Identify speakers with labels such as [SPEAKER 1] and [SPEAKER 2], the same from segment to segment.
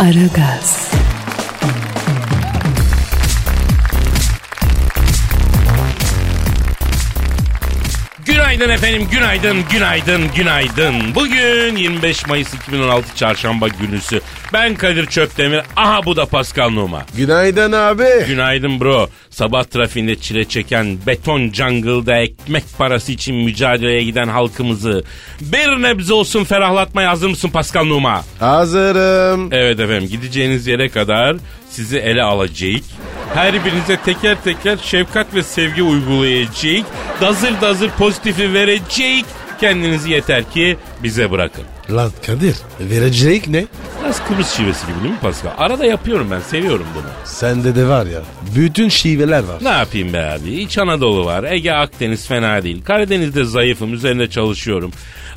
[SPEAKER 1] Aragaz,
[SPEAKER 2] Günaydın efendim, günaydın, günaydın, günaydın. Bugün 25 Mayıs 2016 Çarşamba günüsü. Ben Kadir Çöptemir, aha bu da Pascal Numa.
[SPEAKER 3] Günaydın abi.
[SPEAKER 2] Günaydın bro. Sabah trafiğinde çile çeken beton jungle'da ekmek parası için mücadeleye giden halkımızı bir nebze olsun ferahlatmaya hazır mısın Pascal Numa?
[SPEAKER 3] Hazırım.
[SPEAKER 2] Evet efendim gideceğiniz yere kadar sizi ele alacak. Her birinize teker teker şefkat ve sevgi uygulayacak. Dazır dazır pozitifi verecek. Kendinizi yeter ki bize bırakın.
[SPEAKER 3] Lan Kadir vericilik ne?
[SPEAKER 2] Biraz Kıbrıs şivesi gibi değil mi Pascal? Arada yapıyorum ben seviyorum bunu.
[SPEAKER 3] Sende de var ya. Bütün şiveler var.
[SPEAKER 2] Ne yapayım be abi? İç Anadolu var. Ege Akdeniz fena değil. Karadeniz'de zayıfım. Üzerinde çalışıyorum.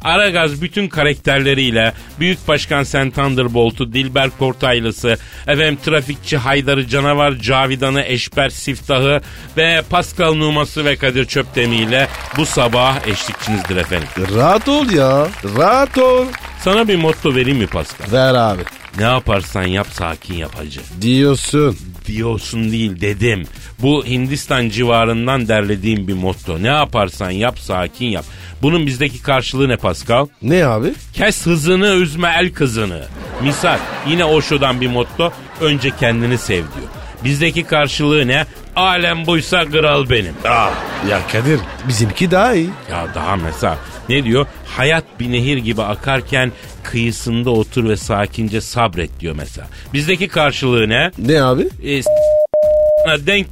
[SPEAKER 2] Aragaz bütün karakterleriyle Büyük Başkan Sen Thunderbolt'u, Dilber Kortaylısı, efendim trafikçi Haydar'ı, canavar Cavidan'ı, Eşber Siftah'ı ve Pascal Numası ve Kadir Çöptemi'yle bu sabah eşlikçinizdir efendim.
[SPEAKER 3] Rahat ol ya. Rahat ol.
[SPEAKER 2] Sana bir motto vereyim mi Pascal?
[SPEAKER 3] Ver abi.
[SPEAKER 2] Ne yaparsan yap sakin yap hacı.
[SPEAKER 3] Diyorsun.
[SPEAKER 2] diyorsun değil dedim. Bu Hindistan civarından derlediğim bir motto. Ne yaparsan yap sakin yap. Bunun bizdeki karşılığı ne Pascal?
[SPEAKER 3] Ne abi?
[SPEAKER 2] Kes hızını üzme el kızını. Misal yine Osho'dan bir motto. Önce kendini sev diyor. Bizdeki karşılığı ne? Alem buysa kral benim. Ah.
[SPEAKER 3] Ya Kadir bizimki daha iyi.
[SPEAKER 2] Ya daha mesela ne diyor? Hayat bir nehir gibi akarken kıyısında otur ve sakince sabret diyor mesela. Bizdeki karşılığı ne?
[SPEAKER 3] Ne abi?
[SPEAKER 2] e, s- denk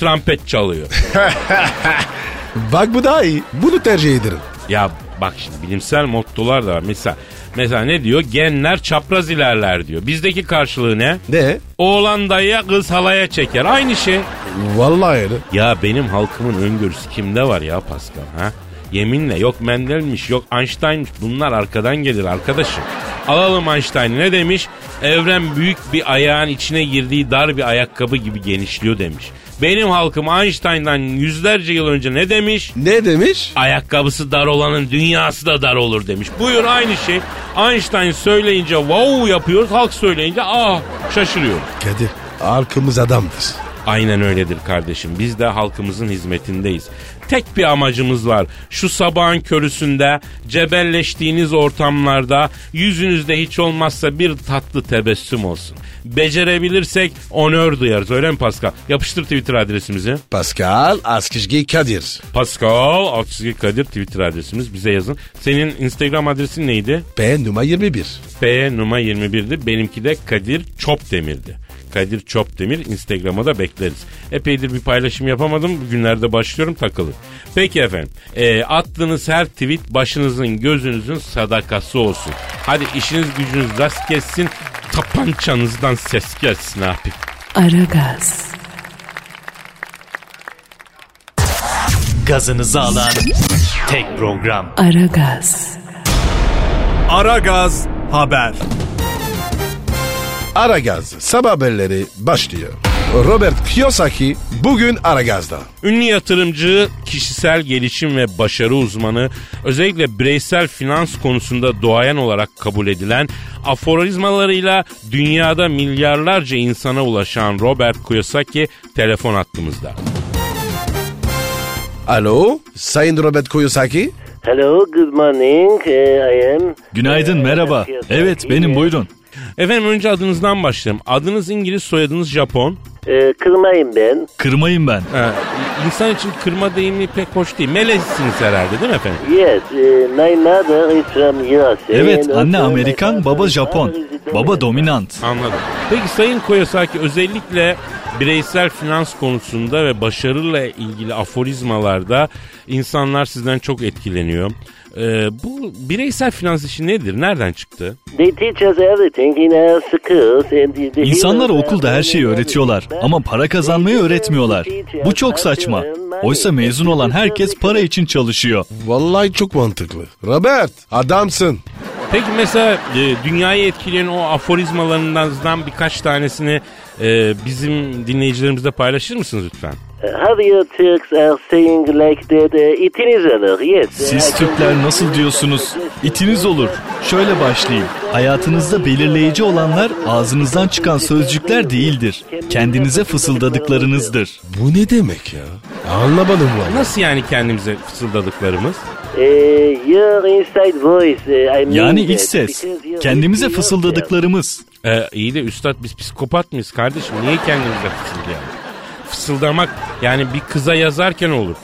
[SPEAKER 2] trompet çalıyor.
[SPEAKER 3] Bak bu daha iyi. Bunu tercih ederim.
[SPEAKER 2] ya bak şimdi bilimsel mottolar da var. Mesela mesela ne diyor? Genler çapraz ilerler diyor. Bizdeki karşılığı ne?
[SPEAKER 3] Ne?
[SPEAKER 2] Oğlan dayıya kız halaya çeker. Aynı şey.
[SPEAKER 3] Vallahi öyle.
[SPEAKER 2] Ya benim halkımın öngörüsü kimde var ya Pascal ha? Yeminle yok Mendel'miş yok Einstein'miş bunlar arkadan gelir arkadaşım. Alalım Einstein ne demiş? Evren büyük bir ayağın içine girdiği dar bir ayakkabı gibi genişliyor demiş. Benim halkım Einstein'dan yüzlerce yıl önce ne demiş?
[SPEAKER 3] Ne demiş?
[SPEAKER 2] Ayakkabısı dar olanın dünyası da dar olur demiş. Buyur aynı şey. Einstein söyleyince wow yapıyoruz. Halk söyleyince ah şaşırıyoruz.
[SPEAKER 3] Kadir arkamız adamdır.
[SPEAKER 2] Aynen öyledir kardeşim. Biz de halkımızın hizmetindeyiz. Tek bir amacımız var. Şu sabahın körüsünde, cebelleştiğiniz ortamlarda yüzünüzde hiç olmazsa bir tatlı tebessüm olsun. Becerebilirsek onör duyarız. Öyle mi Pascal? Yapıştır Twitter adresimizi.
[SPEAKER 3] Pascal Askışgi Kadir.
[SPEAKER 2] Pascal Altçizgi Kadir Twitter adresimiz. Bize yazın. Senin Instagram adresin neydi?
[SPEAKER 3] P numara 21.
[SPEAKER 2] B Numa 21'di. Benimki de Kadir Çopdemir'di. Kadir Çopdemir Instagram'a da bekleriz. Epeydir bir paylaşım yapamadım. Bugünlerde başlıyorum takılı. Peki efendim. E, attığınız her tweet başınızın gözünüzün sadakası olsun. Hadi işiniz gücünüz rast gelsin. Tapançanızdan ses gelsin abi.
[SPEAKER 1] Aragaz,
[SPEAKER 4] gazınızı alan tek program.
[SPEAKER 1] Aragaz,
[SPEAKER 4] Aragaz Haber.
[SPEAKER 3] Aragaz sabah haberleri başlıyor. Robert Kiyosaki bugün Aragaz'da.
[SPEAKER 2] Ünlü yatırımcı, kişisel gelişim ve başarı uzmanı, özellikle bireysel finans konusunda doğayan olarak kabul edilen, aforizmalarıyla dünyada milyarlarca insana ulaşan Robert Kiyosaki telefon hattımızda.
[SPEAKER 3] Alo Sayın Robert Kiyosaki.
[SPEAKER 5] Hello, good morning. Eh, I am. uh,
[SPEAKER 4] Günaydın, merhaba. Evet, benim buyurun.
[SPEAKER 2] Efendim önce adınızdan başlayalım. Adınız İngiliz, soyadınız Japon.
[SPEAKER 5] Eh, kırmayın ben.
[SPEAKER 4] Kırmayın ben.
[SPEAKER 2] Ee, insan için kırma deyimi pek hoş değil. Melezsiniz herhalde değil mi efendim?
[SPEAKER 5] Yes, eh, my mother is from USA.
[SPEAKER 4] Evet,
[SPEAKER 5] and
[SPEAKER 4] anne
[SPEAKER 5] also my
[SPEAKER 4] Amerikan,
[SPEAKER 5] father-
[SPEAKER 4] baba Japon.
[SPEAKER 5] father is a-
[SPEAKER 4] Baba dominant.
[SPEAKER 2] Anladım. Peki Sayın Koyasaki özellikle bireysel finans konusunda ve başarıyla ilgili aforizmalarda insanlar sizden çok etkileniyor. Ee, bu bireysel finans işi nedir? Nereden çıktı?
[SPEAKER 5] They teach us everything in our schools and the- the-
[SPEAKER 4] İnsanlara okulda her şeyi öğretiyorlar ama para kazanmayı öğretmiyorlar. Bu çok saçma. Oysa mezun olan herkes para için çalışıyor.
[SPEAKER 3] Vallahi çok mantıklı. Robert adamsın.
[SPEAKER 2] Peki mesela e, dünyayı etkileyen o aforizmalarından birkaç tanesini e, bizim dinleyicilerimizle paylaşır mısınız lütfen?
[SPEAKER 5] Uh, How your Turks are saying like that. eh, itiniz olur. Yes.
[SPEAKER 4] Siz Türkler nasıl diyorsunuz? İtiniz olur. Şöyle başlayayım. Hayatınızda belirleyici olanlar ağzınızdan çıkan sözcükler değildir. Kendinize fısıldadıklarınızdır.
[SPEAKER 3] Bu ne demek ya? Anlamadım valla.
[SPEAKER 2] Nasıl yani kendimize fısıldadıklarımız?
[SPEAKER 5] Eh, your inside voice. eh, I mean
[SPEAKER 4] Yani
[SPEAKER 5] that,
[SPEAKER 4] iç ses.
[SPEAKER 5] because you-
[SPEAKER 4] Kendimize
[SPEAKER 5] you-
[SPEAKER 4] fısıldadıklarımız.
[SPEAKER 2] Ee, iyi de üstad biz psikopat mıyız kardeşim? Niye kendimize fısıldayalım? Fısıldamak yani bir kıza yazarken olur.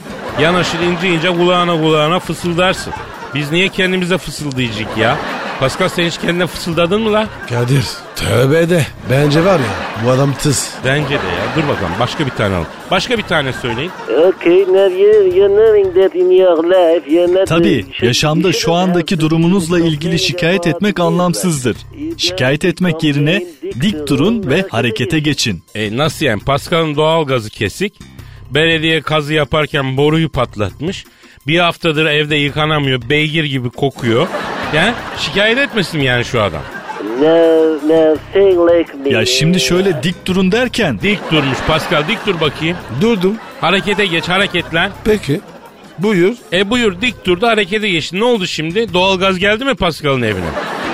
[SPEAKER 2] Yanaşır ince ince kulağına kulağına fısıldarsın. Biz niye kendimize fısıldayacak ya? Pascal sen hiç kendine fısıldadın mı la?
[SPEAKER 3] Kadir tövbe de. Bence var ya bu adam tız.
[SPEAKER 2] Bence de ya. Dur bakalım başka bir tane al. Başka bir tane söyleyin.
[SPEAKER 5] Okay, now you, you're knowing that in your life you're not...
[SPEAKER 4] Tabii yaşamda
[SPEAKER 5] şey
[SPEAKER 4] şu andaki durumunuzla ilgili şikayet etmek anlamsızdır. Şikayet etmek yerine dik durun ve harekete geçin.
[SPEAKER 2] E, nasıl yani? Pascal'ın doğal gazı kesik. Belediye kazı yaparken boruyu patlatmış. Bir haftadır evde yıkanamıyor. Beygir gibi kokuyor. Yani şikayet etmesin yani şu adam.
[SPEAKER 5] No, no, sing like me.
[SPEAKER 4] Ya şimdi şöyle Ee, dik durun derken
[SPEAKER 2] Dik durmuş Pascal dik dur bakayım.
[SPEAKER 3] Durdum.
[SPEAKER 2] Harekete geç hareketlen.
[SPEAKER 3] Peki. Buyur.
[SPEAKER 2] E buyur dik durdu harekete geçti. Ne oldu şimdi? Doğalgaz geldi mi Pascal'ın evine?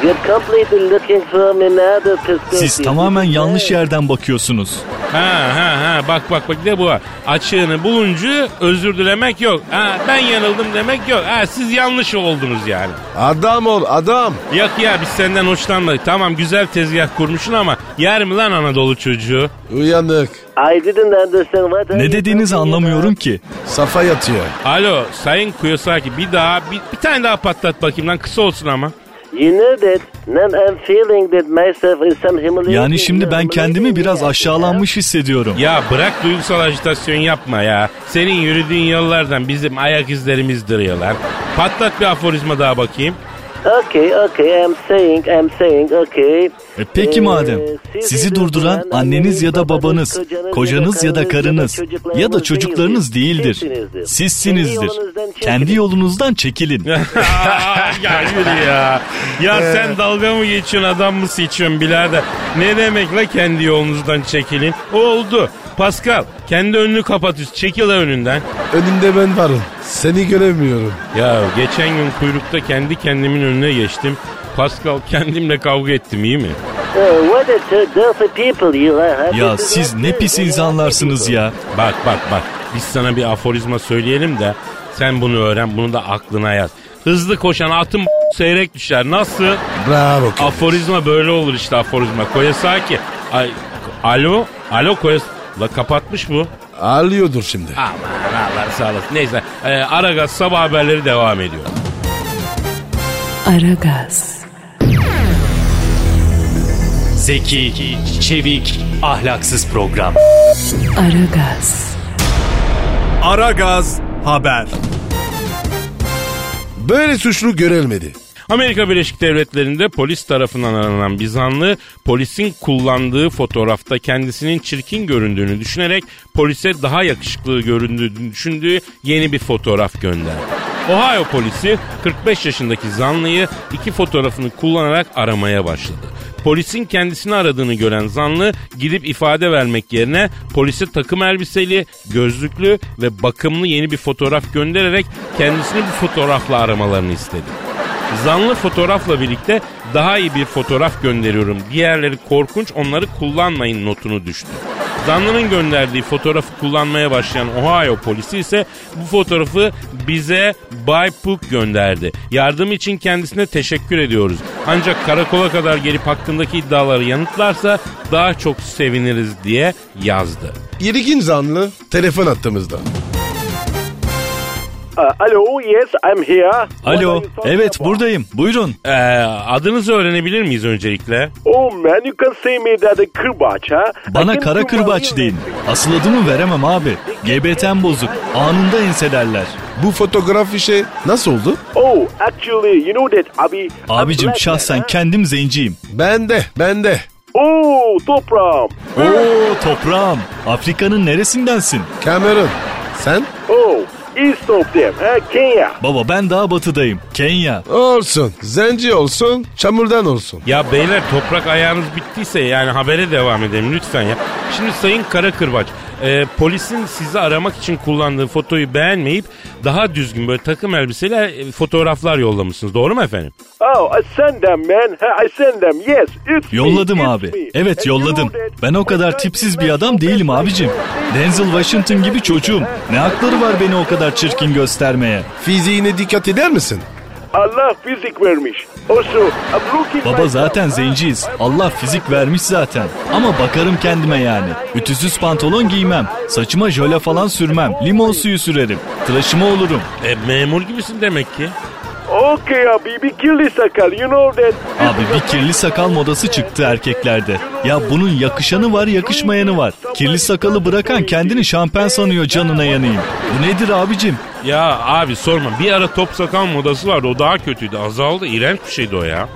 [SPEAKER 5] You're completely looking from another perspective.
[SPEAKER 4] siz tamamen yanlış yerden bakıyorsunuz.
[SPEAKER 2] Ha ha ha bak bak bak bir de bu var. Açığını bulunca özür dilemek yok. Ha ben yanıldım demek yok. Ha siz yanlış oldunuz yani.
[SPEAKER 3] Adam ol adam.
[SPEAKER 2] Yok ya biz senden hoşlanmadık. Tamam güzel tezgah kurmuşsun ama yer mi lan Anadolu çocuğu?
[SPEAKER 3] Uyanık.
[SPEAKER 5] I didn't understand what
[SPEAKER 4] Ne dediğinizi anlamıyorum ki.
[SPEAKER 3] Safa yatıyor.
[SPEAKER 2] Alo Sayın Kuyosaki bir daha bir, bir tane daha patlat bakayım lan kısa olsun ama.
[SPEAKER 5] You know that now I'm feeling that myself is some humiliating.
[SPEAKER 4] Yani şimdi ben kendimi biraz aşağılanmış hissediyorum.
[SPEAKER 2] Ya bırak duygusal ajitasyon yapma ya. Senin yürüdüğün yollardan bizim ayak izlerimiz duruyorlar. Patlat bir aforizma daha bakayım.
[SPEAKER 5] Okay, okay, I'm saying, I'm saying, okay.
[SPEAKER 4] E peki
[SPEAKER 5] Ee,
[SPEAKER 4] madem sizi durduran anneniz ya da babanız, kocanız ya da karınız ya da çocuklarınız değildir. Sizsinizdir. Kendi yolunuzdan çekilin.
[SPEAKER 2] ya yürü ya. Ya sen dalga mı geçiyorsun adam mı seçiyorsun birader? Ne demek la kendi yolunuzdan çekilin? Oldu. Pascal kendi önünü kapat çekil la önünden.
[SPEAKER 3] Önümde ben varım. Seni göremiyorum.
[SPEAKER 2] Ya geçen gün kuyrukta kendi kendimin önüne geçtim. Pascal kendimle kavga ettim iyi mi?
[SPEAKER 5] Uh, what a dirty people you are.
[SPEAKER 4] Ya siz ne pis insanlarsınız ya.
[SPEAKER 2] Bak bak bak biz sana bir aforizma söyleyelim de sen bunu öğren bunu da aklına yaz. Hızlı koşan atın seyrek düşer. Nasıl?
[SPEAKER 3] Bravo. Kadir.
[SPEAKER 2] Aforizma böyle olur işte aforizma. Koyasaki. Ay, alo. Alo Koyas... La kapatmış bu.
[SPEAKER 3] Ağlıyordur şimdi.
[SPEAKER 2] Aman Allah sağ olasın. Neyse. Ee, Aragaz sabah haberleri devam ediyor.
[SPEAKER 1] Aragaz,
[SPEAKER 6] Zeki, çevik, ahlaksız program.
[SPEAKER 1] Aragaz,
[SPEAKER 4] Ara Gaz Haber.
[SPEAKER 3] Böyle suçlu görülmedi.
[SPEAKER 2] Amerika Birleşik Devletleri'nde polis tarafından aranan Bizanlı polisin kullandığı fotoğrafta kendisinin çirkin göründüğünü düşünerek polise daha yakışıklı göründüğünü düşündüğü yeni bir fotoğraf gönderdi. Ohio polisi 45 yaşındaki zanlıyı iki fotoğrafını kullanarak aramaya başladı. Polisin kendisini aradığını gören zanlı gidip ifade vermek yerine polise takım elbiseli, gözlüklü ve bakımlı yeni bir fotoğraf göndererek kendisini bu fotoğrafla aramalarını istedi. Zanlı fotoğrafla birlikte daha iyi bir fotoğraf gönderiyorum. Diğerleri korkunç onları kullanmayın notunu düştü. Zanlının gönderdiği fotoğrafı kullanmaya başlayan Ohio polisi ise bu fotoğrafı bize Bay Pook gönderdi. Yardım için kendisine teşekkür ediyoruz. Ancak karakola kadar gelip hakkındaki iddiaları yanıtlarsa daha çok seviniriz diye yazdı.
[SPEAKER 3] İlginç zanlı telefon attığımızda.
[SPEAKER 7] Ah,
[SPEAKER 5] alo, yes, I'm here.
[SPEAKER 4] Alo, evet buradayım. Buyurun.
[SPEAKER 2] Ee, adınızı öğrenebilir miyiz öncelikle?
[SPEAKER 5] Oh man, you can see me that the kırbaç, ha?
[SPEAKER 4] Bana kara kırbaç deyin. Asıl adımı veremem abi. GBT'm bozuk. Anında enselerler.
[SPEAKER 3] Bu fotoğraf işe nasıl oldu?
[SPEAKER 7] Oh, actually, you know that abi...
[SPEAKER 4] Abicim şahsen kendim zenciyim.
[SPEAKER 3] Bende, bende.
[SPEAKER 7] Oh, toprağım.
[SPEAKER 4] Oo toprağım. Afrika'nın neresindensin?
[SPEAKER 3] Cameron, sen?
[SPEAKER 7] Oh, east of them, ha, Kenya.
[SPEAKER 4] Baba ben daha batıdayım. Kenya.
[SPEAKER 3] Olsun, zenci olsun, çamurdan olsun.
[SPEAKER 2] Ya beyler toprak ayağınız bittiyse yani habere devam edelim lütfen ya. Şimdi Sayın Karakırbaç e, polisin sizi aramak için kullandığı fotoyu beğenmeyip daha düzgün böyle takım elbiseyle e, fotoğraflar yollamışsınız doğru mu efendim?
[SPEAKER 7] Oh, I send them man. Ha, I send them. Yes, it's me,
[SPEAKER 4] Yolladım
[SPEAKER 7] it's
[SPEAKER 4] abi.
[SPEAKER 7] me.
[SPEAKER 4] Evet
[SPEAKER 7] And you
[SPEAKER 4] yolladım.
[SPEAKER 7] know that-
[SPEAKER 4] Ben o kadar tipsiz bir adam değilim abicim. Denzel Washington gibi çocuğum. Ne hakları var beni o kadar çirkin göstermeye?
[SPEAKER 3] Fiziğine dikkat eder misin?
[SPEAKER 7] Allah fizik vermiş. Also, I'm looking
[SPEAKER 4] Baba
[SPEAKER 7] myself,
[SPEAKER 4] zaten
[SPEAKER 7] ha.
[SPEAKER 4] zenciyiz. Allah fizik vermiş zaten. Ama bakarım kendime yani. Ütüsüz pantolon giymem. Saçıma jöle falan sürmem. Limon suyu sürerim. Tıraşıma olurum.
[SPEAKER 2] E, memur gibisin demek ki.
[SPEAKER 7] Okay abi, bir kirli sakal. You know that.
[SPEAKER 4] Abi bir kirli sakal modası çıktı erkeklerde. Ya bunun yakışanı var yakışmayanı var. Kirli sakalı bırakan kendini şampen sanıyor canına yanayım. Bu nedir abicim?
[SPEAKER 2] Ya abi sorma bir ara top sakal modası vardı o daha kötüydü azaldı iğrenç bir şeydi o ya.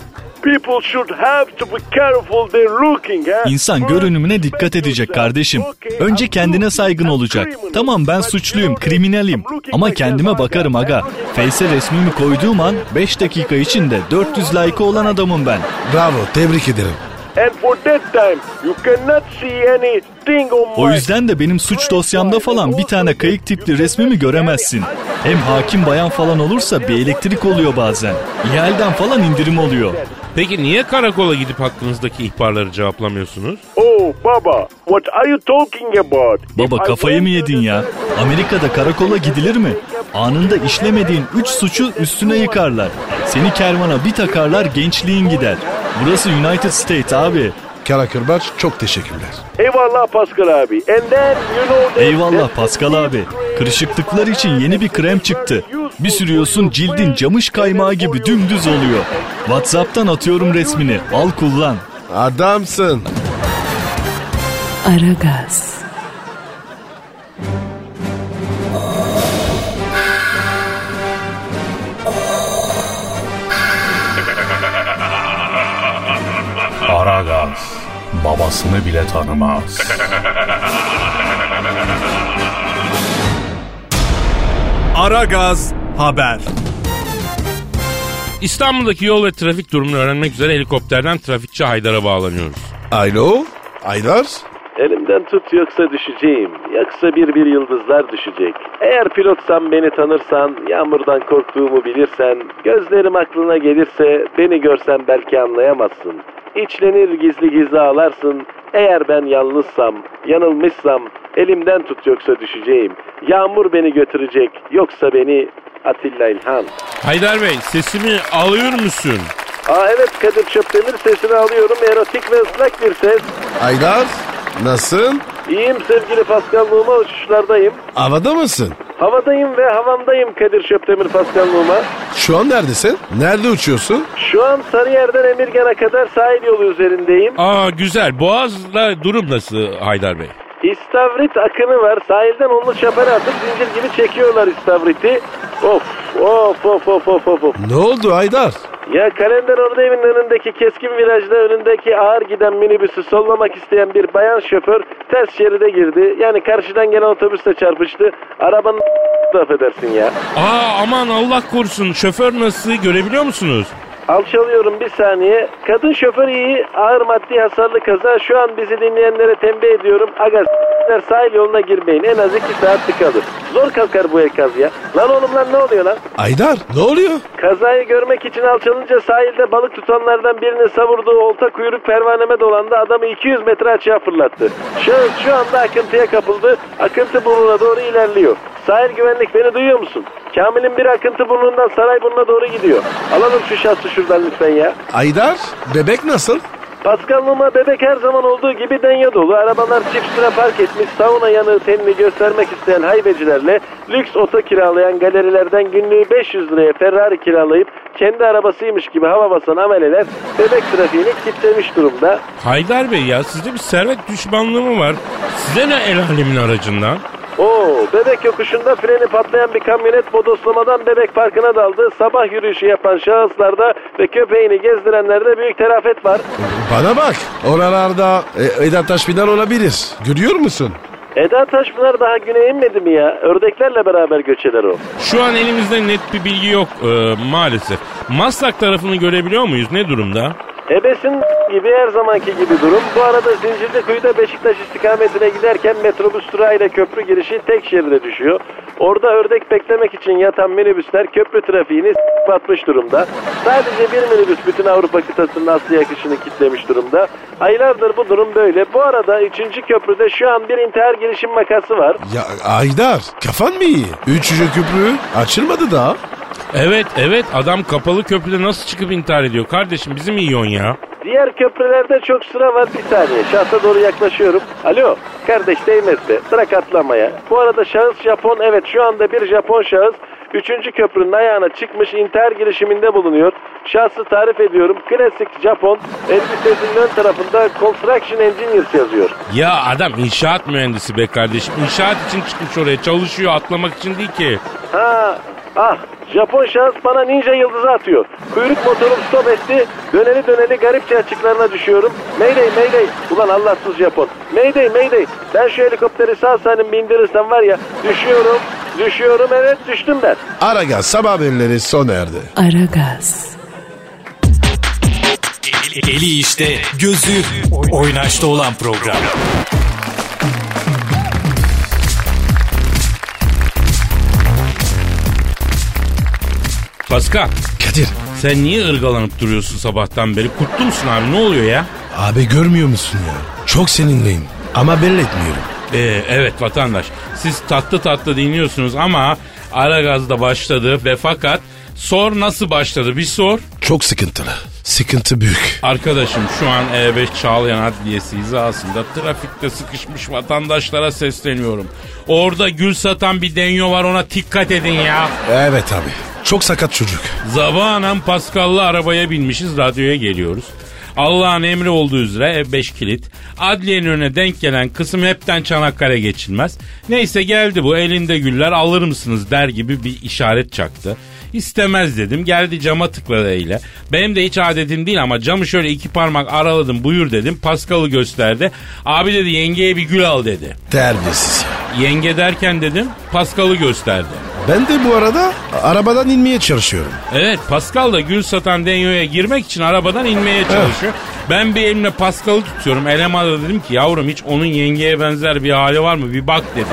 [SPEAKER 7] People should have to be careful they're looking. eh? Ha?
[SPEAKER 4] İnsan görünümüne dikkat edecek kardeşim. Önce kendine saygın olacak. Tamam ben suçluyum, kriminalim. Ama kendime bakarım aga. Face'e resmimi koyduğum an 5 dakika içinde 400 like'ı olan adamım ben.
[SPEAKER 3] Bravo, tebrik ederim.
[SPEAKER 7] And for that time, you cannot see anything on
[SPEAKER 4] O
[SPEAKER 7] my-
[SPEAKER 4] yüzden de benim suç dosyamda falan bir tane kayık tipli resmimi göremezsin. Hem hakim bayan falan olursa bir elektrik oluyor bazen. İhalden falan indirim oluyor.
[SPEAKER 2] Peki niye karakola gidip hakkınızdaki ihbarları cevaplamıyorsunuz?
[SPEAKER 7] Oh baba, what are you talking about?
[SPEAKER 4] Baba
[SPEAKER 7] If I
[SPEAKER 4] kafayı mı
[SPEAKER 7] went to
[SPEAKER 4] yedin
[SPEAKER 7] the-
[SPEAKER 4] ya? Amerika'da karakola gidilir mi? Anında işlemediğin 3 suçu üstüne yıkarlar. Seni kervana bir takarlar gençliğin gider. Burası United States abi.
[SPEAKER 3] Kara Kırbaç çok teşekkürler.
[SPEAKER 7] Eyvallah Pascal abi. And then you know that-
[SPEAKER 4] Eyvallah
[SPEAKER 7] that-
[SPEAKER 4] Pascal abi. Kırışıklıklar için yeni bir krem çıktı. Bir sürüyorsun cildin camış kaymağı gibi dümdüz oluyor. Whatsapp'tan atıyorum resmini. Al kullan.
[SPEAKER 3] Adamsın.
[SPEAKER 1] Aragaz,
[SPEAKER 8] Aragaz babasını bile tanımaz.
[SPEAKER 6] Aragaz Haber.
[SPEAKER 2] İstanbul'daki yol ve trafik durumunu öğrenmek üzere helikopterden trafikçi Haydar'a bağlanıyoruz.
[SPEAKER 3] Alo, Aydar.
[SPEAKER 5] Elimden tut yoksa düşeceğim. Yoksa bir bir yıldızlar düşecek. Eğer pilotsan beni tanırsan, yağmurdan korktuğumu bilirsen, gözlerim aklına gelirse beni görsen belki anlayamazsın. İçlenir gizli gizli ağlarsın. Eğer ben yalnızsam, yanılmışsam elimden tut yoksa düşeceğim. Yağmur beni götürecek yoksa beni Atilla İlhan.
[SPEAKER 2] Haydar Bey sesimi alıyor musun?
[SPEAKER 5] Aa evet Kadir Çöptemir sesini alıyorum. Erotik ve ıslak bir ses.
[SPEAKER 3] Aydar, nasılsın?
[SPEAKER 5] İyiyim sevgili Pascal Numa uçuşlardayım.
[SPEAKER 3] Havada mısın?
[SPEAKER 5] Havadayım ve havamdayım Kadir Şöptemir Pascal Numa.
[SPEAKER 3] Şu an neredesin? Nerede uçuyorsun?
[SPEAKER 5] Şu an Sarıyer'den Emirgan'a kadar sahil yolu üzerindeyim.
[SPEAKER 2] Aa güzel. Boğaz'la durum nasıl Haydar Bey?
[SPEAKER 5] İstavrit akını var. Sahilden onlu çapara atıp zincir gibi çekiyorlar İstavrit'i. Of of of of of of. of.
[SPEAKER 3] Ne oldu Aydar?
[SPEAKER 5] Ya kalender orada evin önündeki keskin virajda önündeki ağır giden minibüsü sollamak isteyen bir bayan şoför ters şeride girdi. Yani karşıdan gelen otobüsle çarpıştı. Arabanın laf edersin ya.
[SPEAKER 2] Aa aman Allah korusun. Şoför nasıl görebiliyor musunuz?
[SPEAKER 5] Alçalıyorum bir saniye. Kadın şoför iyi, ağır maddi hasarlı kaza. Şu an bizi dinleyenlere tembih ediyorum. Aga s**ler sahil yoluna girmeyin. En az iki saat tıkalı. Zor kalkar bu el kaz ya. Lan oğlum lan ne oluyor lan?
[SPEAKER 3] Aydar, ne oluyor?
[SPEAKER 5] Kazayı görmek için alçalınca sahilde balık tutanlardan birinin savurduğu olta kuyruk pervaneme dolandı. Adamı 200 metre açığa fırlattı. Şahıs şu anda akıntıya kapıldı. Akıntı burnuna doğru ilerliyor. Sahil güvenlik beni duyuyor musun? Kamil'in bir akıntı burnundan saray burnuna doğru gidiyor. Alalım şu şahsı şuradan lütfen ya.
[SPEAKER 3] Aydar, bebek nasıl?
[SPEAKER 5] Paskallıma bebek her zaman olduğu gibi denge dolu. Arabalar çift sıra park etmiş. Sauna yanığı tenini göstermek isteyen haybecilerle lüks oto kiralayan galerilerden günlüğü 500 liraya Ferrari kiralayıp kendi arabasıymış gibi hava basan ameleler bebek trafiğini kitlemiş durumda.
[SPEAKER 2] Haydar Bey ya sizde bir servet düşmanlığı mı var? Size ne el alemin aracından?
[SPEAKER 5] Oo, bebek yokuşunda freni patlayan bir kamyonet bodoslamadan bebek parkına daldı. Sabah yürüyüşü yapan şahıslarda ve köpeğini gezdirenlerde büyük terafet var.
[SPEAKER 3] Bana bak. Oralarda e, Eda Taşpınar olabilir. Görüyor musun?
[SPEAKER 5] Eda Taşpınar daha güneye inmedi mi ya? Ördeklerle beraber göç eder o.
[SPEAKER 2] Şu an elimizde net bir bilgi yok e, maalesef. Maslak tarafını görebiliyor muyuz? Ne durumda?
[SPEAKER 5] Ebesin gibi her zamanki gibi durum. Bu arada Zincirlikuyu'da Beşiktaş istikametine giderken metrobüs durağı ile köprü girişi tek şeride düşüyor. Orada ördek beklemek için yatan minibüsler köprü trafiğini s- batmış durumda. Sadece bir minibüs bütün Avrupa kıtasının aslı yakışını kitlemiş durumda. Aylardır bu durum böyle. Bu arada 3. köprüde şu an bir intihar girişim makası var.
[SPEAKER 3] Ya Aydar kafan mı iyi? Üçüncü köprü açılmadı daha.
[SPEAKER 2] Evet evet adam kapalı köprüde nasıl çıkıp intihar ediyor? Kardeşim bizim iyon ya.
[SPEAKER 5] Diğer köprülerde çok sıra var bir saniye. Şahsa doğru yaklaşıyorum. Alo kardeş değmez be bırak atlamaya. Bu arada şahıs Japon evet şu anda bir Japon şahıs 3. köprünün ayağına çıkmış intihar girişiminde bulunuyor. Şahsı tarif ediyorum. Klasik Japon elbisesinin ön tarafında Construction Engineers yazıyor.
[SPEAKER 2] Ya adam inşaat mühendisi be kardeşim. İnşaat için çıkmış oraya çalışıyor atlamak için değil ki.
[SPEAKER 5] Ha ah Japon şahıs bana ninja yıldızı atıyor. Kuyruk motorum stop etti. Döneli döneli garipçe açıklarına düşüyorum. Mayday mayday. Ulan Allahsız Japon. Mayday mayday. Ben şu helikopteri sağ salim bindirirsem var ya düşüyorum. Düşüyorum evet düştüm ben.
[SPEAKER 3] Aragaz sabah haberleri sona erdi.
[SPEAKER 1] Aragaz,
[SPEAKER 6] Eli işte, gözü oynaşta olan program.
[SPEAKER 2] Paska
[SPEAKER 3] Kadir
[SPEAKER 2] sen niye ırgalanıp duruyorsun sabahtan beri? Kutlu musun abi ne oluyor ya?
[SPEAKER 3] abi görmüyor musun ya? Çok seninleyim ama belli etmiyorum.
[SPEAKER 2] Ee, evet vatandaş siz tatlı tatlı dinliyorsunuz ama ara gazda başladı ve fakat sor nasıl başladı bir sor.
[SPEAKER 3] Çok sıkıntılı. Sıkıntı büyük.
[SPEAKER 2] Arkadaşım şu an E5 Çağlayan Adliyesi hizasında trafikte sıkışmış vatandaşlara sesleniyorum. Orada gül satan bir denyo var ona dikkat edin ya.
[SPEAKER 3] Evet abi. Çok sakat çocuk.
[SPEAKER 2] Zabanen Paskal'la arabaya binmişiz radyoya geliyoruz. Allah'ın emri olduğu üzere E5 kilit. Adliyenin önüne denk gelen kısım hepten Çanakkale geçilmez. Neyse geldi bu elinde güller alır mısınız der gibi bir işaret çaktı. İstemez dedim geldi cama tıkladı eliyle. Benim de hiç adetim değil ama camı şöyle iki parmak araladım buyur dedim. Paskal'ı gösterdi. Abi dedi yengeye bir gül al dedi.
[SPEAKER 3] Terbiyesiz ya.
[SPEAKER 2] Yenge derken dedim Paskal'ı gösterdi.
[SPEAKER 3] Ben de bu arada arabadan inmeye çalışıyorum.
[SPEAKER 2] Evet Pascal da gül satan Denyo'ya girmek için arabadan inmeye çalışıyor. Ben bir elimle Pascal'ı tutuyorum. Elemana da dedim ki yavrum hiç onun yengeye benzer bir hali var mı? Bir bak dedim.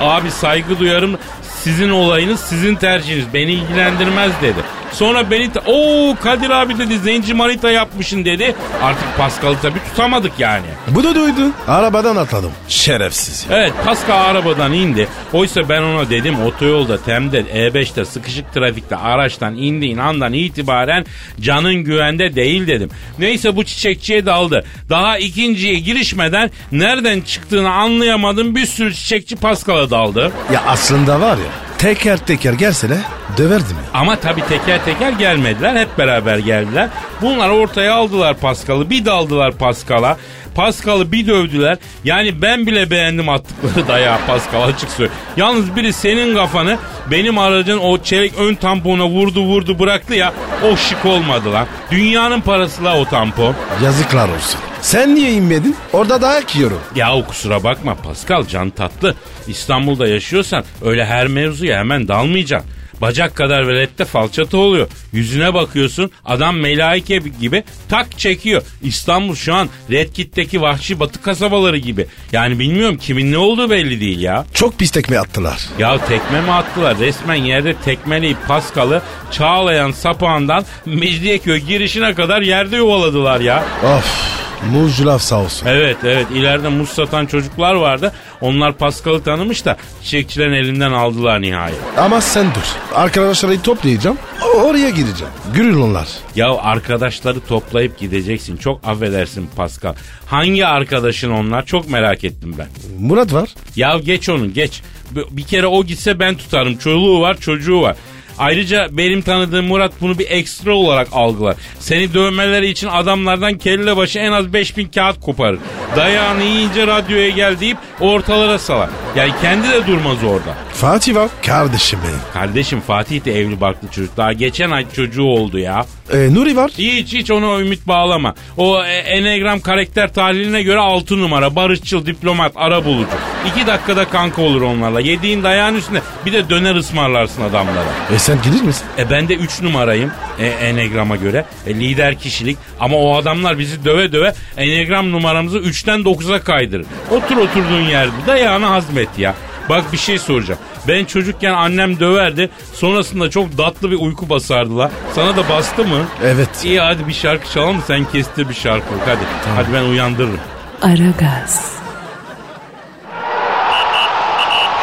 [SPEAKER 2] Abi saygı duyarım sizin olayınız sizin tercihiniz beni ilgilendirmez dedi. Sonra beni ta- ooo Kadir abi dedi zenci marita yapmışın dedi. Artık Pascal'ı tabii tutamadık yani.
[SPEAKER 3] Bunu duydun. Arabadan atladım. Şerefsiz ya.
[SPEAKER 2] Evet Pascal arabadan indi. Oysa ben ona dedim otoyolda Tem'de E5'te sıkışık trafikte araçtan indiğin andan itibaren canın güvende değil dedim. Neyse bu çiçekçiye daldı. Daha ikinciye girişmeden nereden çıktığını anlayamadım bir sürü çiçekçi Pascal'a daldı.
[SPEAKER 3] Ya aslında var ya teker teker gelsene döverdim ya.
[SPEAKER 2] Ama tabii teker teker gelmediler. Hep beraber geldiler. Bunlar ortaya aldılar Paskal'ı. Bir daldılar Paskal'a. Paskal'ı bir dövdüler. Yani ben bile beğendim attıkları dayağı Paskal'a açık söylüyorum. Yalnız biri senin kafanı benim aracın o çelik ön tampona vurdu vurdu bıraktı ya. O şık olmadı lan. Dünyanın parası la o tampon.
[SPEAKER 3] Yazıklar olsun. Sen niye inmedin? Orada dayak yiyorum.
[SPEAKER 2] Yahu kusura bakma Pascal can tatlı. İstanbul'da yaşıyorsan öyle her mevzuya hemen dalmayacaksın. Bacak kadar velette falçata oluyor. Yüzüne bakıyorsun adam melaike gibi tak çekiyor. İstanbul şu an Red Kit'teki vahşi batı kasabaları gibi. Yani bilmiyorum kimin ne olduğu belli değil ya.
[SPEAKER 3] Çok pis tekme attılar.
[SPEAKER 2] Ya tekme mi attılar? Resmen yerde tekmeleyip Paskal'ı Çağlayan sapağından Mecidiyeköy girişine kadar yerde yuvaladılar ya.
[SPEAKER 3] Of. Muzculaf sağ olsun.
[SPEAKER 2] Evet evet ileride muz satan çocuklar vardı. Onlar Paskal'ı tanımış da çiçekçilerin elinden aldılar nihayet.
[SPEAKER 3] Ama sen dur. Arkadaşları toplayacağım. Oraya gireceğim. Gürül onlar.
[SPEAKER 2] Ya arkadaşları toplayıp gideceksin. Çok affedersin Paskal. Hangi arkadaşın onlar çok merak ettim ben.
[SPEAKER 3] Murat var.
[SPEAKER 2] Ya geç onu geç. B- Bir kere o gitse ben tutarım. Çoluğu var çocuğu var. Ayrıca benim tanıdığım Murat bunu bir ekstra olarak algılar. Seni dövmeleri için adamlardan kelle başı en az 5000 kağıt koparır. Dayağını yiyince radyoya gel deyip ortalara salar. Yani kendi de durmaz orada.
[SPEAKER 3] Fatih var. Kardeşim benim.
[SPEAKER 2] Kardeşim Fatih de evli barklı çocuk. Daha geçen ay çocuğu oldu ya.
[SPEAKER 3] E, Nuri var.
[SPEAKER 2] Hiç hiç ona ümit bağlama. O e, Enneagram karakter tahliline göre 6 numara. Barışçıl, diplomat, ara bulucu. 2 dakikada kanka olur onlarla. Yediğin dayağın üstüne bir de döner ısmarlarsın adamlara.
[SPEAKER 3] E sen gelir misin?
[SPEAKER 2] E ben de 3 numarayım e, Enneagram'a göre. E, lider kişilik. Ama o adamlar bizi döve döve Enneagram numaramızı 3'ten 9'a kaydırır. Otur oturduğun yerde dayağını hazmet ya. Bak bir şey soracağım. Ben çocukken annem döverdi. Sonrasında çok tatlı bir uyku basardı la. Sana da bastı mı?
[SPEAKER 3] Evet.
[SPEAKER 2] İyi hadi bir şarkı çalalım sen kestir bir şarkılık hadi. Hadi ben uyandırırım.
[SPEAKER 1] Aragaz,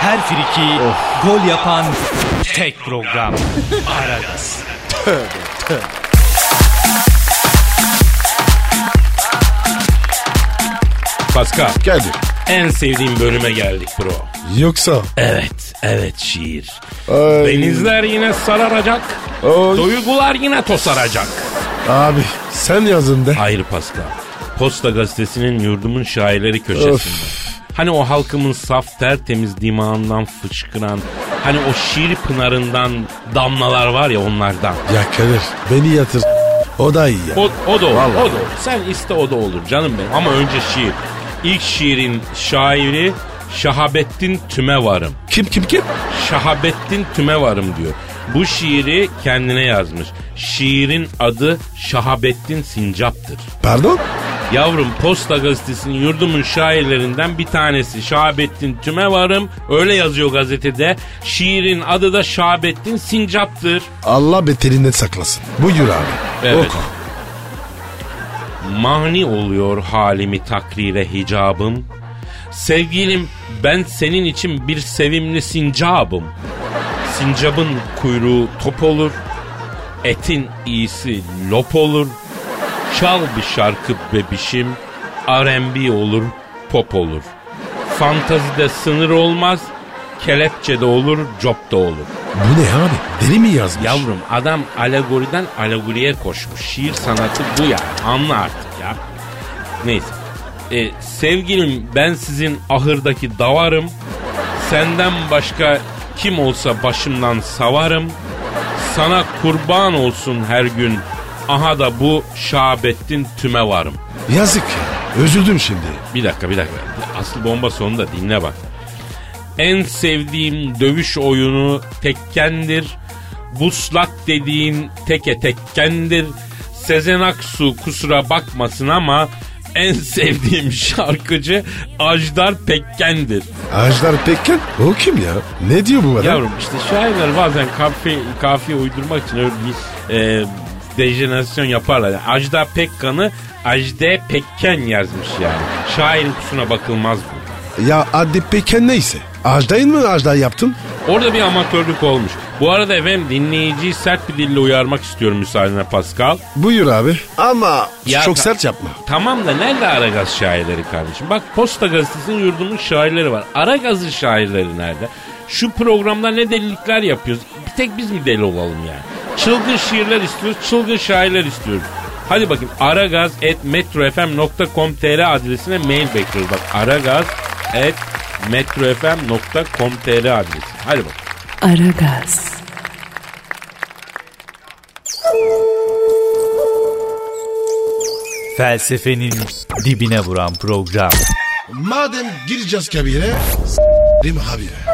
[SPEAKER 6] Her friki gol yapan tek program.
[SPEAKER 2] Pascal
[SPEAKER 3] Geldi.
[SPEAKER 2] en sevdiğim bölüme geldik bro.
[SPEAKER 3] Yoksa.
[SPEAKER 2] Evet, evet şiir.
[SPEAKER 3] Ay.
[SPEAKER 2] Denizler yine sararacak,
[SPEAKER 3] Oy.
[SPEAKER 2] duygular yine tosaracak.
[SPEAKER 3] Abi sen yazın de.
[SPEAKER 2] Hayır Pascal. Posta gazetesinin yurdumun şairleri köşesinde. Hani o halkımın saf tertemiz dimağından fışkıran, hani o şiir pınarından damlalar var ya onlardan.
[SPEAKER 3] Ya Kadir beni yatır. O da iyi ya.
[SPEAKER 2] O, o da olur,
[SPEAKER 3] Vallahi.
[SPEAKER 2] o da olur. Sen iste o da olur canım benim. Ama önce şiir. İlk şiirin şairi Şahabettin Tümevarım.
[SPEAKER 3] Kim kim kim?
[SPEAKER 2] Şahabettin Tümevarım diyor. Bu şiiri kendine yazmış. Şiirin adı Şahabettin Sincap'tır.
[SPEAKER 3] Pardon?
[SPEAKER 2] Yavrum Posta Gazetesi'nin yurdumun şairlerinden bir tanesi Şahabettin Tümevarım. Öyle yazıyor gazetede. Şiirin adı da Şahabettin Sincap'tır.
[SPEAKER 3] Allah beterinden saklasın. Buyur abi.
[SPEAKER 2] Evet.
[SPEAKER 3] Oku.
[SPEAKER 2] Mani oluyor halimi takrire hicabım. Sevgilim ben senin için bir sevimli sincabım. Sincabın kuyruğu top olur. Etin iyisi lop olur. Çal bir şarkı bebişim. R&B olur, pop olur. Fantazide sınır olmaz. Kelepçe de olur, cop da olur.
[SPEAKER 3] Bu ne abi? Deli mi yazmış?
[SPEAKER 2] Yavrum adam alegoriden alegoriye koşmuş. Şiir sanatı bu ya. Anla artık ya. Neyse. E, sevgilim ben sizin ahırdaki davarım. Senden başka kim olsa başımdan savarım. Sana kurban olsun her gün. Aha da bu Şahabettin tüme varım.
[SPEAKER 3] Yazık ya. Üzüldüm şimdi.
[SPEAKER 2] Bir dakika bir dakika. Asıl bomba sonunda dinle bak. En sevdiğim dövüş oyunu tekkendir. Buslak dediğin teke tekkendir. Sezen Aksu kusura bakmasın ama en sevdiğim şarkıcı Ajdar Pekken'dir.
[SPEAKER 3] Ağaçlar pekken o kim ya? Ne diyor bu adam?
[SPEAKER 2] Yavrum işte şairler bazen kafi, kafiye uydurmak için öyle bir e, dejenerasyon yaparlar. Yani Ajda Pekkan'ı Ajde Pekken yazmış yani. Şairin kusuna bakılmaz bu.
[SPEAKER 3] Ya adli pekken neyse. Ağaçdayın mı ağaçday yaptın?
[SPEAKER 2] Orada bir amatörlük olmuş. Bu arada efendim dinleyiciyi sert bir dille uyarmak istiyorum müsaadenle Pascal.
[SPEAKER 3] Buyur abi. Ama
[SPEAKER 2] Ya
[SPEAKER 3] çok
[SPEAKER 2] ka-
[SPEAKER 3] sert yapma.
[SPEAKER 2] Tamam da nerede Aragaz şairleri kardeşim? Bak Posta Gazetesi'nin yurdumun şairleri var. Aragaz'ın şairleri nerede? Şu programda ne delilikler yapıyoruz. Bir tek biz mi deli olalım yani? Çılgın şiirler istiyoruz, çılgın şairler istiyoruz. Hadi bakayım aragaz.metrofm.com.tr adresine mail bekliyoruz. Bak aragaz.metrofm.com.tr adresi. Hadi bakalım.
[SPEAKER 1] Aragaz,
[SPEAKER 6] Felsefenin dibine vuran program.
[SPEAKER 3] Madem gireceğiz kabire, s**rim habire.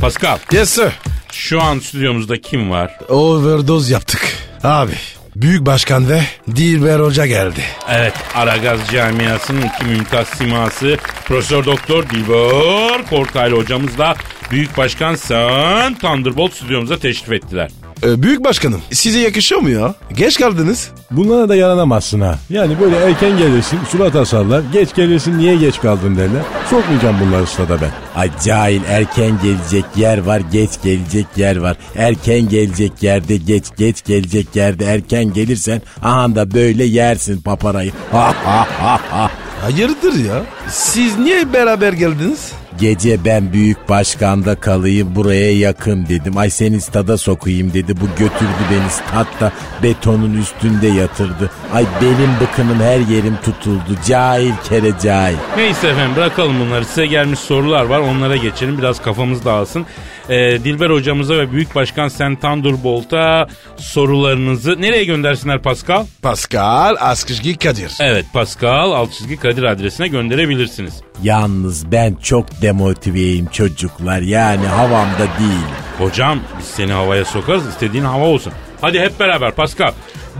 [SPEAKER 2] Pascal.
[SPEAKER 3] Yes sir.
[SPEAKER 2] Şu an stüdyomuzda kim var?
[SPEAKER 3] Overdose yaptık. Abi, Büyük Başkan ve Dilber Hoca geldi.
[SPEAKER 2] Evet, Aragaz Camiası'nın iki mümtaz siması Profesör Doktor Dilber Kortaylı hocamızla Büyük Başkan Sen Thunderbolt stüdyomuza teşrif ettiler.
[SPEAKER 3] Ee, Büyük Başkanım, size yakışıyor mu ya? Geç kaldınız.
[SPEAKER 9] Bunlara da yaranamazsın ha. Yani böyle erken gelirsin, surat asarlar. Geç gelirsin, niye geç kaldın derler. Sokmayacağım bunları sırada ben.
[SPEAKER 10] Ay cahil erken gelecek yer var geç gelecek yer var. Erken gelecek yerde geç geç gelecek yerde erken gelirsen aha da böyle yersin paparayı. Ha ha ha ha.
[SPEAKER 3] Hayırdır ya? Siz niye beraber geldiniz?
[SPEAKER 10] Gece ben büyük başkanda kalayım buraya yakın dedim. Ay seni stada sokayım dedi. Bu götürdü beni statta betonun üstünde yatırdı. Ay belim bıkımın her yerim tutuldu. Cahil kere cahil.
[SPEAKER 2] Neyse efendim bırakalım bunları. Size gelmiş sorular var. Onlara geçelim. Biraz kafamız dağılsın. Ee, Dilber hocamıza ve Büyük Başkan Sen Bolt'a sorularınızı nereye göndersinler Pascal?
[SPEAKER 3] Pascal Askışgi Kadir.
[SPEAKER 2] Evet Pascal alt çizgi Kadir adresine gönderebilirsiniz.
[SPEAKER 10] Yalnız ben çok demotiveyim çocuklar. Yani havamda değil.
[SPEAKER 2] Hocam biz seni havaya sokarız istediğin hava olsun. Hadi hep beraber Pascal.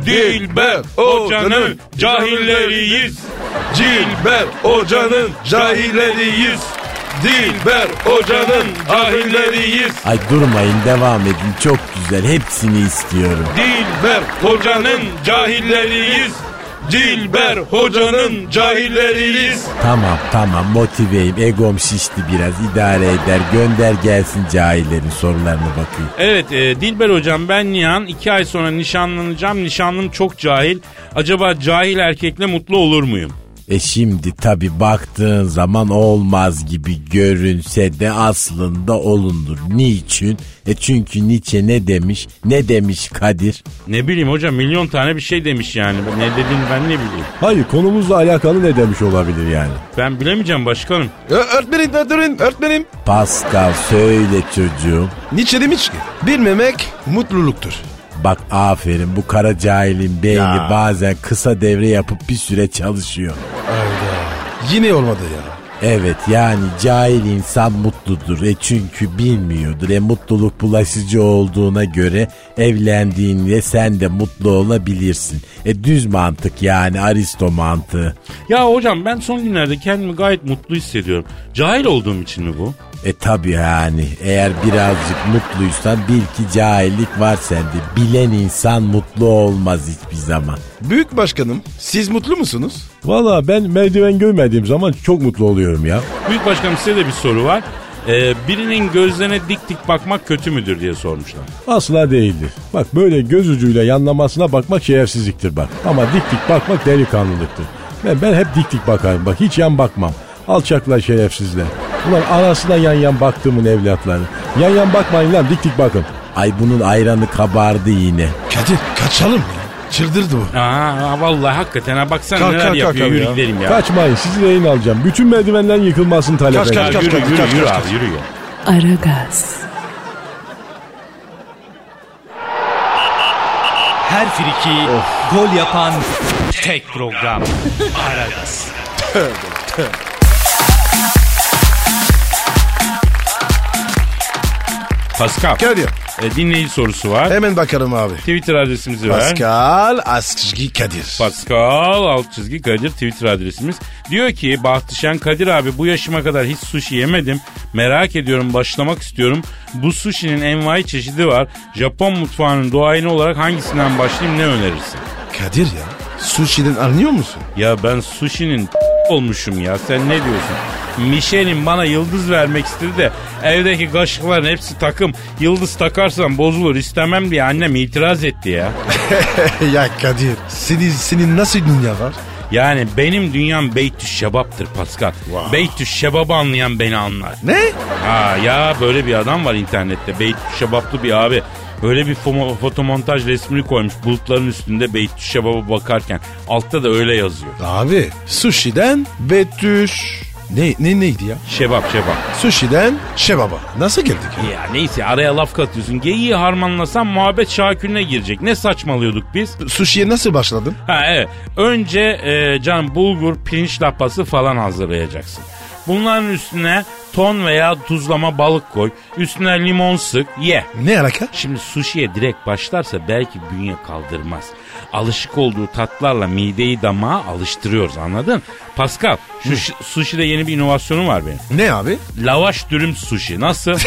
[SPEAKER 2] Dilber hocanın cahilleriyiz.
[SPEAKER 3] Dilber hocanın cahilleriyiz. Dilber hocanın cahilleriyiz.
[SPEAKER 10] Ay durmayın devam edin. Çok güzel. Hepsini istiyorum.
[SPEAKER 3] Dilber hocanın cahilleriyiz. Dilber hocanın cahilleriyiz.
[SPEAKER 10] Tamam tamam motiveyim. Egom şişti biraz. idare eder. Gönder gelsin cahillerin sorularına bakayım.
[SPEAKER 2] Evet e, Dilber hocam ben Nihan. iki ay sonra nişanlanacağım. Nişanlım çok cahil. Acaba cahil erkekle mutlu olur muyum?
[SPEAKER 10] E şimdi tabi baktığın zaman olmaz gibi görünse de aslında olundur. Niçin? E çünkü Nietzsche ne demiş? Ne demiş Kadir?
[SPEAKER 2] Ne bileyim hocam milyon tane bir şey demiş yani. Ne dediğini ben ne bileyim.
[SPEAKER 9] Hayır konumuzla alakalı ne demiş olabilir yani?
[SPEAKER 2] Ben bilemeyeceğim başkanım.
[SPEAKER 3] Ö- Öğretmenim, öğretmenim, öğretmenim.
[SPEAKER 10] Pascal söyle çocuğum.
[SPEAKER 3] Nietzsche demiş ki, bilmemek mutluluktur.
[SPEAKER 10] Bak aferin bu kara cahilin beyni bazen kısa devre yapıp bir süre çalışıyor.
[SPEAKER 3] Yine olmadı ya.
[SPEAKER 10] Evet yani cahil insan mutludur e çünkü bilmiyordur e mutluluk bulaşıcı olduğuna göre evlendiğinde sen de mutlu olabilirsin. E düz mantık yani aristo mantığı.
[SPEAKER 2] Ya hocam ben son günlerde kendimi gayet mutlu hissediyorum. Cahil olduğum için mi bu?
[SPEAKER 10] E tabi yani eğer birazcık mutluysan bil ki cahillik var sende. Bilen insan mutlu olmaz hiçbir zaman.
[SPEAKER 3] Büyük başkanım, siz mutlu musunuz?
[SPEAKER 9] Valla ben merdiven görmediğim zaman çok mutlu oluyorum ya.
[SPEAKER 2] Büyük başkanım size de bir soru var. Ee, birinin gözlerine dik dik bakmak kötü müdür diye sormuşlar.
[SPEAKER 9] Asla değildir. Bak böyle göz ucuyla yanlamasına bakmak şerefsizliktir bak. Ama dik dik bakmak delikanlılıktır. Ben, ben hep dik dik bakarım bak hiç yan bakmam. Alçaklar şerefsizler. Ulan arasına yan yan baktığımın evlatları. Yan yan bakmayın lan dik dik bakın.
[SPEAKER 10] Ay bunun ayranı kabardı yine.
[SPEAKER 3] Kadir, kaçalım ya. Çıldırdı bu.
[SPEAKER 2] Aa vallahi hakikaten ha baksana
[SPEAKER 3] Kalk,
[SPEAKER 2] neler
[SPEAKER 3] kalk,
[SPEAKER 2] yapıyor.
[SPEAKER 3] kalk abi
[SPEAKER 2] yürü
[SPEAKER 3] ya.
[SPEAKER 2] gidelim ya.
[SPEAKER 9] Kaçmayın sizi rehin alacağım. Bütün merdivenden yıkılmasını talep
[SPEAKER 3] Kaç,
[SPEAKER 9] ederim.
[SPEAKER 3] kaç, kaç,
[SPEAKER 2] Yürü
[SPEAKER 3] kaç,
[SPEAKER 2] yürü
[SPEAKER 3] kaç,
[SPEAKER 2] yürü
[SPEAKER 3] kaç,
[SPEAKER 2] abi yürü ya.
[SPEAKER 1] Aragaz,
[SPEAKER 6] Her friki gol yapan tek program.
[SPEAKER 2] Pascal
[SPEAKER 3] Kadir,
[SPEAKER 2] e, dinleyici sorusu var.
[SPEAKER 3] hemen bakarım abi.
[SPEAKER 2] Twitter adresimizi ver.
[SPEAKER 3] Pascal Askışgi Kadir.
[SPEAKER 2] Pascal alt çizgi Kadir Twitter adresimiz. Diyor ki Bahtişen Kadir abi bu yaşıma kadar hiç sushi yemedim. Merak ediyorum başlamak istiyorum. Bu sushi'nin envai çeşidi var. Japon mutfağının doğayını olarak hangisinden başlayayım ne önerirsin?
[SPEAKER 3] Kadir ya, sushi'den anlıyor musun?
[SPEAKER 2] Ya ben sushi'nin olmuşum ya sen ne diyorsun? Michelin bana yıldız vermek istedi de evdeki kaşıkların hepsi takım. Yıldız takarsam bozulur istemem diye annem itiraz etti ya.
[SPEAKER 3] ya Kadir, senin, senin nasıl dünya var?
[SPEAKER 2] Yani benim dünyam Beytüş Şebap'tır Pascal. Beytüş Şebap'ı anlayan beni anlar.
[SPEAKER 3] Ne?
[SPEAKER 2] Ha ya böyle bir adam var internette. Beytüş Şebap'lı bir abi. Böyle bir fomo- fotomontaj resmini koymuş bulutların üstünde Beytüş Şebap'a bakarken. Altta da öyle yazıyor.
[SPEAKER 3] Abi, sushi'den betüş... Ne, ne neydi ya?
[SPEAKER 2] Şebap şebap.
[SPEAKER 3] Sushi'den şebaba. Nasıl geldik ya?
[SPEAKER 2] Ya neyse araya laf katıyorsun. Geyiği harmanlasan muhabbet şakülüne girecek. Ne saçmalıyorduk biz?
[SPEAKER 3] Sushi'ye nasıl başladın?
[SPEAKER 2] Ha evet. Önce e, can bulgur, pirinç lapası falan hazırlayacaksın. Bunların üstüne ton veya tuzlama balık koy. Üstüne limon sık, ye.
[SPEAKER 3] Ne alaka?
[SPEAKER 2] Şimdi suşiye direkt başlarsa belki bünye kaldırmaz. Alışık olduğu tatlarla mideyi damağa alıştırıyoruz anladın? Pascal, şu şi- suşide yeni bir inovasyonum var benim.
[SPEAKER 3] Ne abi?
[SPEAKER 2] Lavaş dürüm suşi. Nasıl?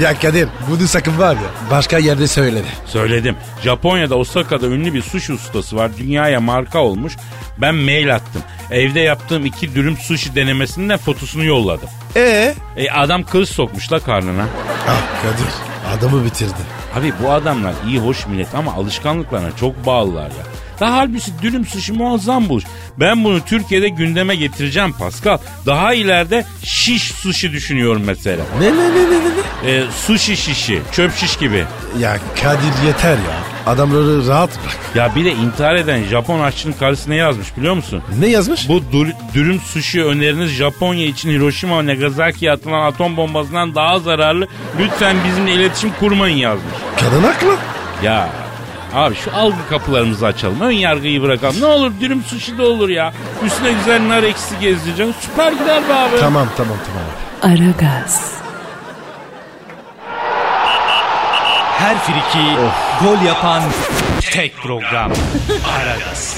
[SPEAKER 3] Ya Kadir, bunu sakın var ya. Başka yerde söyledi.
[SPEAKER 2] Söyledim. Japonya'da Osaka'da ünlü bir sushi ustası var. Dünyaya marka olmuş. Ben mail attım. Evde yaptığım iki dürüm sushi denemesinden fotosunu yolladım.
[SPEAKER 3] E
[SPEAKER 2] E adam kılıç sokmuş la karnına.
[SPEAKER 3] Ah Kadir, adamı bitirdi.
[SPEAKER 2] Abi bu adamlar iyi hoş millet ama alışkanlıklarına çok bağlılar ya. Daha halbuki dürüm sushi muazzam buluş. Ben bunu Türkiye'de gündeme getireceğim Pascal. Daha ileride şiş sushi düşünüyorum mesela.
[SPEAKER 3] Ne ne ne ne ne?
[SPEAKER 2] E, sushi şişi, çöp şiş gibi.
[SPEAKER 3] Ya Kadir yeter ya. Adamları rahat bırak.
[SPEAKER 2] Ya bir de intihar eden Japon aşçının karısına yazmış biliyor musun?
[SPEAKER 3] Ne yazmış?
[SPEAKER 2] Bu dur- dürüm sushi öneriniz Japonya için Hiroşima ve Nagasaki'ye atılan atom bombasından daha zararlı. Lütfen bizimle iletişim kurmayın yazmış.
[SPEAKER 3] Kadın haklı.
[SPEAKER 2] Ya abi şu algı kapılarımızı açalım. Ön yargıyı bırakalım. Ne olur dürüm sushi de olur ya. Üstüne güzel nar ekşisi gezdireceksin. Süper gider be abi.
[SPEAKER 3] Tamam tamam tamam.
[SPEAKER 1] Aragaz,
[SPEAKER 6] Her friki gol yapan tek program. Aragaz.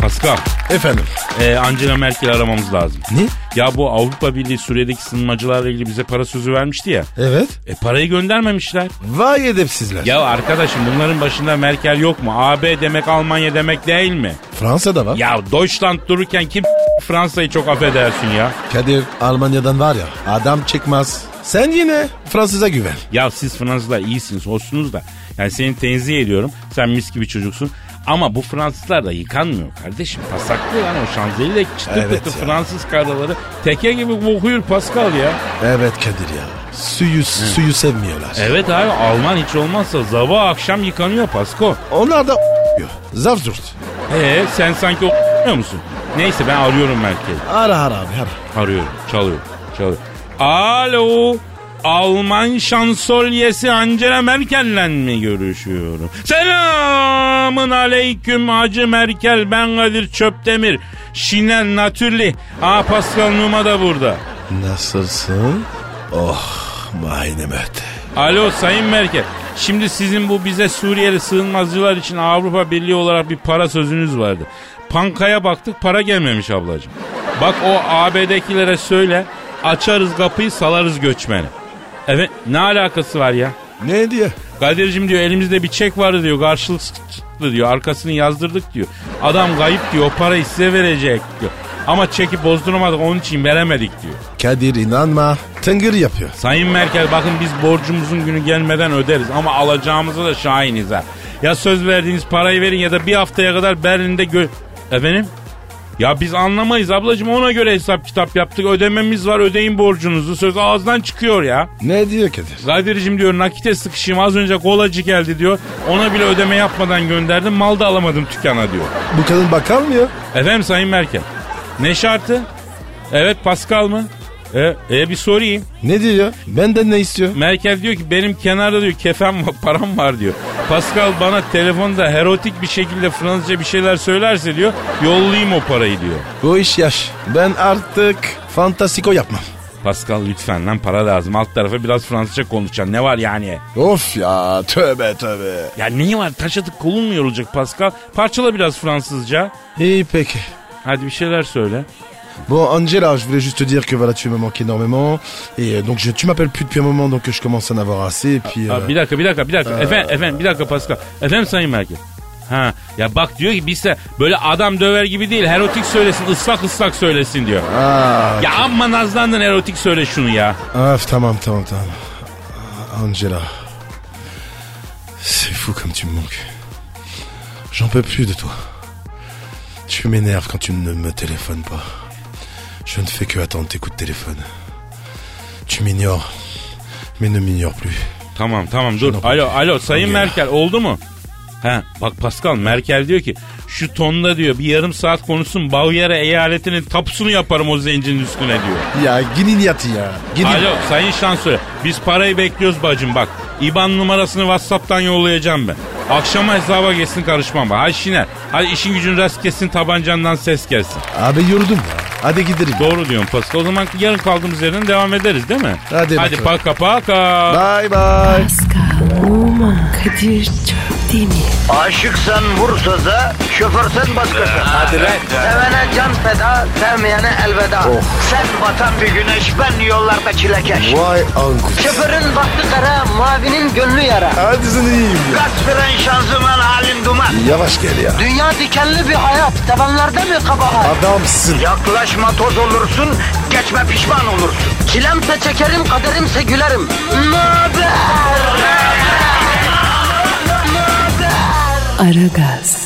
[SPEAKER 2] Pascal.
[SPEAKER 3] Efendim.
[SPEAKER 2] e, Angela Merkel'i aramamız lazım.
[SPEAKER 3] Ne?
[SPEAKER 2] Ya bu Avrupa Birliği Suriye'deki sığınmacılarla ilgili bize para sözü vermişti ya.
[SPEAKER 3] Evet.
[SPEAKER 2] E parayı göndermemişler.
[SPEAKER 3] Vay edepsizler.
[SPEAKER 2] Ya arkadaşım bunların başında Merkel yok mu? AB demek Almanya demek değil mi?
[SPEAKER 3] Fransa'da var.
[SPEAKER 2] Ya Deutschland dururken kim Fransa'yı çok affedersin ya.
[SPEAKER 3] Kadir Almanya'dan var ya adam çıkmaz. Sen yine Fransız'a güven.
[SPEAKER 2] Ya siz Fransızlar iyisiniz, hoşsunuz da. Yani seni tenzih ediyorum. Sen mis gibi çocuksun. Ama bu Fransızlar da yıkanmıyor kardeşim. Pasaklı yani o şanzeliyle çıtır
[SPEAKER 3] Evet
[SPEAKER 2] pıtır
[SPEAKER 3] ya.
[SPEAKER 2] Fransız karıları teke gibi kokuyor Pascal ya.
[SPEAKER 3] Evet Kadir ya. Suyu suyu sevmiyorlar.
[SPEAKER 2] Evet abi Alman hiç olmazsa sabah akşam yıkanıyor Pasko.
[SPEAKER 3] Onlar da yok. Zar zurt.
[SPEAKER 2] Ee sen sanki o musun? Neyse ben arıyorum Merkel'i.
[SPEAKER 3] Ara ara abi ara.
[SPEAKER 2] Arıyorum, çalıyor, çalıyor. Alo, Alman şansölyesi Angela Merkel'le mi görüşüyorum? Selamın aleyküm Hacı Merkel, ben Kadir Çöptemir. Şinen Natürli. Aa Pascal Numa da burada.
[SPEAKER 3] Nasılsın? Oh my Mehmet.
[SPEAKER 2] Alo Sayın Merkel. Şimdi sizin bu bize Suriyeli sığınmacılar için Avrupa Birliği olarak bir para sözünüz vardı. Pankaya baktık para gelmemiş ablacığım. Bak o AB'dekilere söyle açarız kapıyı salarız göçmeni. Evet ne alakası var ya?
[SPEAKER 3] Ne diye?
[SPEAKER 2] Kadir'cim diyor elimizde bir çek vardı diyor karşılık çıktı diyor arkasını yazdırdık diyor. Adam kayıp diyor o parayı size verecek diyor. Ama çeki bozduramadık onun için veremedik diyor.
[SPEAKER 3] Kadir inanma. Tıngır yapıyor.
[SPEAKER 2] Sayın Merkel bakın biz borcumuzun günü gelmeden öderiz ama alacağımıza da şahiniz ha. Ya söz verdiğiniz parayı verin ya da bir haftaya kadar Berlin'de gö... Efendim? Ya biz anlamayız ablacığım ona göre hesap kitap yaptık. Ödememiz var ödeyin borcunuzu. Söz ağızdan çıkıyor ya.
[SPEAKER 3] Ne diyor Kadir?
[SPEAKER 2] Kadir'cim diyor nakite sıkışayım az önce kolacı geldi diyor. Ona bile ödeme yapmadan gönderdim mal da alamadım dükkana diyor.
[SPEAKER 3] Bu kadın bakar mı ya?
[SPEAKER 2] Efendim Sayın Merkel? Ne şartı? Evet Pascal mı? E, e bir sorayım.
[SPEAKER 3] Ne diyor ya? Benden ne istiyor?
[SPEAKER 2] Merkel diyor ki benim kenarda diyor kefen var, param var diyor. Pascal bana telefonda erotik bir şekilde Fransızca bir şeyler söylerse diyor yollayayım o parayı diyor.
[SPEAKER 3] Bu iş yaş. Ben artık fantasiko yapmam.
[SPEAKER 2] Pascal lütfen lan para lazım alt tarafa biraz Fransızca konuşacaksın ne var yani?
[SPEAKER 3] Of ya tövbe tövbe.
[SPEAKER 2] Ya neyi var taş atıp kolun mu yorulacak Pascal? Parçala biraz Fransızca.
[SPEAKER 3] İyi peki.
[SPEAKER 2] Hadi bir şeyler söyle.
[SPEAKER 3] Bon Angela, je voulais juste te dire que voilà, tu me manques énormément et euh, donc je, tu m'appelles plus depuis un moment donc je commence à en avoir assez et puis euh,
[SPEAKER 2] Aa, bir dakika bir dakika bir dakika. Efendim, efendim bir dakika Pascal. Efendim Sayın Merkel. Ha ya bak diyor ki biz de böyle adam döver gibi değil erotik söylesin ıslak ıslak söylesin diyor.
[SPEAKER 3] ah,
[SPEAKER 2] Ya amma nazlandın erotik söyle şunu ya.
[SPEAKER 3] ah, tamam tamam tamam. Ah, Angela, c'est fou comme tu me manques. J'en peux plus de toi. Tu m'énerves quand tu ne me téléphones pas. Je ne fais que attendre tes coups de téléphone. Tu m'ignores, mais ne m'ignore plus.
[SPEAKER 2] Tamam tamam dur.
[SPEAKER 3] Şuna bak.
[SPEAKER 2] Alo alo Sayın
[SPEAKER 3] Ya.
[SPEAKER 2] Merkel oldu mu? Ha bak Pascal Merkel diyor ki şu tonda diyor bir yarım saat konuşsun Bavyera eyaletinin tapusunu yaparım o zencinin üstüne diyor.
[SPEAKER 3] Ya gidin yatın ya. Gidin.
[SPEAKER 2] Alo Sayın Şansölye biz parayı bekliyoruz bacım bak. IBAN numarasını Whatsapp'tan yollayacağım ben. Akşama hesaba geçsin karışmam bak. Hadi Şiner. Hadi işin gücün rast kessin tabancandan ses gelsin.
[SPEAKER 3] Abi yordum ya. Hadi gidelim.
[SPEAKER 2] Doğru diyorsun Pascal. O zaman yarın kaldığımız yerden devam ederiz değil mi?
[SPEAKER 3] Hadi
[SPEAKER 2] Hadi
[SPEAKER 3] bakalım.
[SPEAKER 2] paka paka.
[SPEAKER 3] Bye bye.
[SPEAKER 1] Pascal, Oman, Kadir çok değil mi?
[SPEAKER 11] Aşıksan vursa da şoförsen başkasın. Hadi Sevene can feda, sevmeyene elveda.
[SPEAKER 3] Oh.
[SPEAKER 11] Sen batan bir güneş, ben yollarda çilekeş.
[SPEAKER 3] Vay anku.
[SPEAKER 11] Şoförün baktı kara, mavinin gönlü yara.
[SPEAKER 3] Hadi sen iyiyim ya.
[SPEAKER 11] Kasperen şanzıman halin duman.
[SPEAKER 3] Yavaş gel ya.
[SPEAKER 11] Dünya dikenli bir hayat, sevenlerde mi kabahar?
[SPEAKER 3] Adamsın.
[SPEAKER 11] Yaklaşma toz olursun, geçme pişman olursun. Çilemse çekerim, kaderimse gülerim. Möber!
[SPEAKER 1] Aragaz.